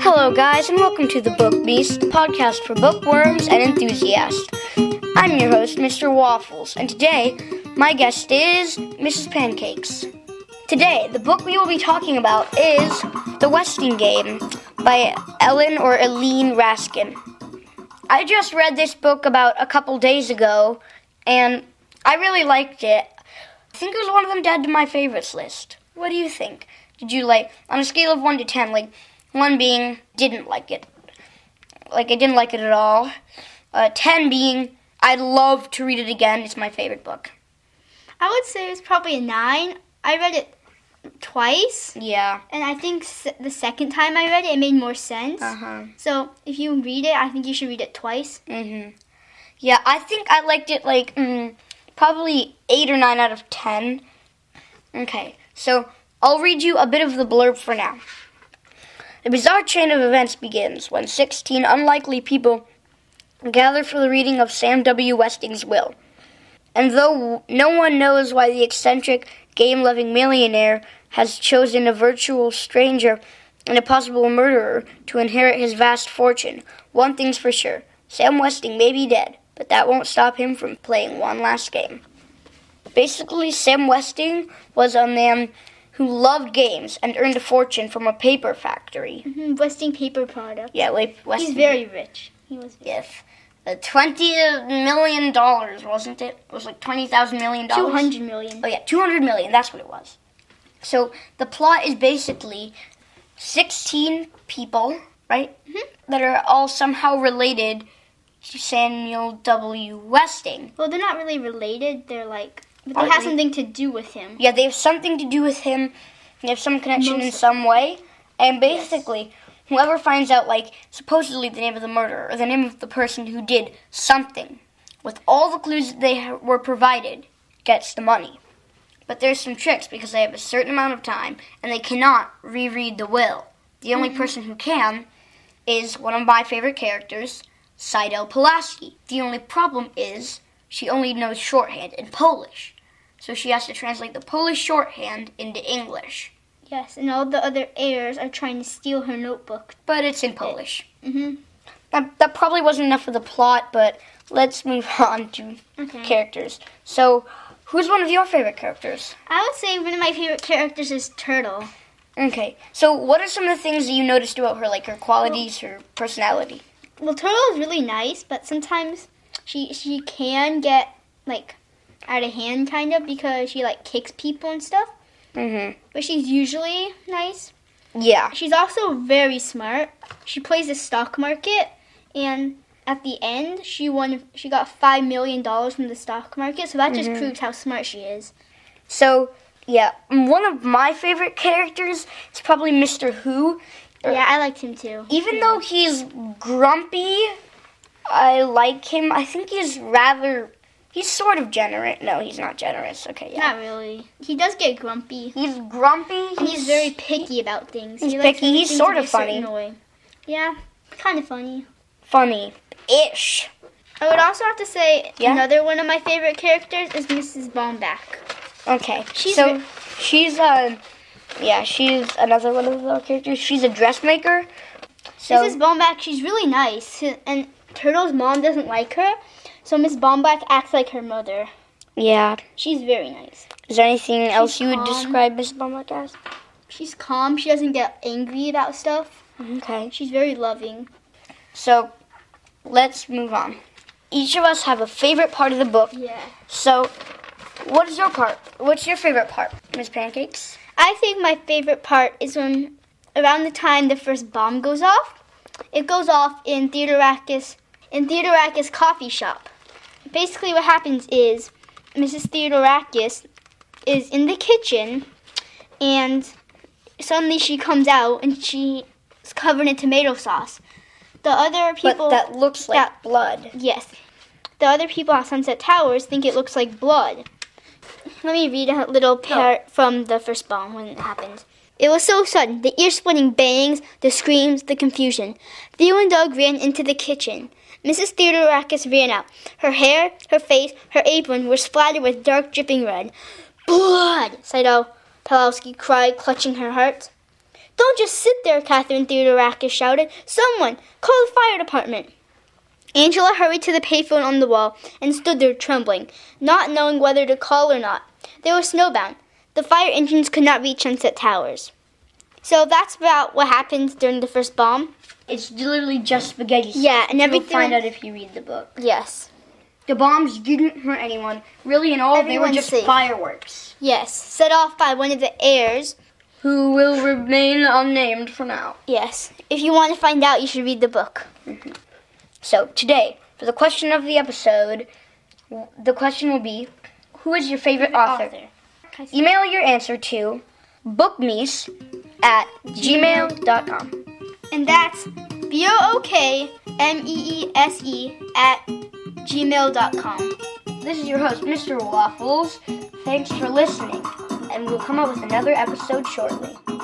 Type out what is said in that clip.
Hello, guys, and welcome to the Book Beast podcast for bookworms and enthusiasts. I'm your host, Mr. Waffles, and today my guest is Mrs. Pancakes. Today, the book we will be talking about is The Westing Game by Ellen or Eileen Raskin. I just read this book about a couple days ago, and I really liked it. I think it was one of them to add to my favorites list. What do you think? Did you like on a scale of one to ten, like one being didn't like it, like I didn't like it at all. Uh, ten being I'd love to read it again. It's my favorite book. I would say it's probably a nine. I read it twice, Yeah. and I think s- the second time I read it, it made more sense. huh. So if you read it, I think you should read it twice. Mhm. Yeah, I think I liked it like mm, probably eight or nine out of ten. Okay, so I'll read you a bit of the blurb for now. The bizarre chain of events begins when 16 unlikely people gather for the reading of Sam W. Westing's will. And though no one knows why the eccentric, game loving millionaire has chosen a virtual stranger and a possible murderer to inherit his vast fortune, one thing's for sure Sam Westing may be dead, but that won't stop him from playing one last game. Basically, Sam Westing was a man who loved games and earned a fortune from a paper factory. hmm Westing paper product. Yeah, wait, Westing. He's very rich. He was. Very- Yes. Uh, twenty million dollars, wasn't it? It was like twenty thousand million dollars. Two hundred million. Oh yeah, two hundred million. That's what it was. So the plot is basically sixteen people, right? Mm-hmm. That are all somehow related to Samuel W. Westing. Well, they're not really related. They're like, but they Aren't have they? something to do with him. Yeah, they have something to do with him. They have some connection in Mostly. some way. And basically, whoever finds out, like, supposedly the name of the murderer or the name of the person who did something, with all the clues that they ha- were provided, gets the money. But there's some tricks because they have a certain amount of time and they cannot reread the will. The only person who can is one of my favorite characters, Seidel Pulaski. The only problem is she only knows shorthand and Polish so she has to translate the Polish shorthand into English. Yes, and all the other heirs are trying to steal her notebook. But it's in Polish. hmm That, that probably wasn't enough for the plot, but let's move on to Okay. characters. So, who's one of your favorite characters? I would say one of my favorite characters is Turtle. Okay, so what are some of the things that you noticed about her, like her qualities, her personality? Well, Turtle is really nice, but sometimes she she can get like out of hand, kind of, because she like kicks people and stuff. Mm But she's usually nice. hmm. Yeah. She's also very smart. She plays the stock market, and at the end, she won. She got five million dollars from the stock market, so that just Mm-hmm. proves how smart she is. So, yeah, mm, one of my favorite characters is probably Mr. Who. Or- Yeah, I liked him too. Even though he's grumpy, I like him. I think he's rather. He's sort of generous. No, he's not generous. Okay, yeah. Not really. He does get grumpy. He's grumpy. He's, very picky about things. he's he likes picky. He's things sort to of be a certain funny. way. Yeah, kind of funny. funny ish. I would also have to say Yeah? another one of my favorite characters is Mrs. Bomback. Okay, She's so ve- she's uh, yeah, she's another one of the characters. She's a dressmaker. So Mrs. Bomback, she's really nice, and Turtle's mom doesn't like her, so Miss Bomback acts like her mother. yeah, She's very nice. is there anything else you would calm. describe Miss Bomack as? She's calm. She doesn't get angry about stuff. Okay. She's very loving. So let's move on. Each of us have a favorite part of the book. Yeah. So, what is your part? What's your favorite part, Miss Pancakes? I think my favorite part is when, around the time the first bomb goes off, it goes off in Theodorakis in Theodorakis coffee shop. Basically, what happens is Mrs. Theodorakis is in the kitchen, and suddenly she comes out and she's covered in tomato sauce. The other people but that looks like that- blood. Yes. The other people on Sunset Towers think it looks like blood. Let me read a little part from the first bomb when it happened. It was so sudden the ear splitting bangs, the screams, the confusion. Theo and Doug ran into the kitchen. Mrs. Theodorakis ran out. Her hair, her face, her apron were splattered with dark, dripping red. Blood! Saito Palowski cried, clutching her heart. Don't just sit there, Catherine Theodorakis shouted. Someone, call the fire department. Angela hurried to the payphone on the wall and stood there trembling, not knowing whether to call or not. They were snowbound. The fire engines could not reach Sunset Towers. So that's about what happened during the first bomb. It's literally just spaghetti. Yeah, and You'll everything. find out if you read the book. Yes. The bombs didn't hurt anyone. Really, in all, they Everyone's were just safe. fireworks. Yes. Set off by one of the heirs. Who will remain unnamed for now. Yes. If you want to find out, you should read the book. So, today, for the question of the episode, w- the question will be Who is your favorite author? Email your answer to bookmeese at gmail.com. And that's B O O K M E E S E at gmail.com. This is your host, Mr. Waffles. Thanks for listening, and we'll come up with another episode shortly.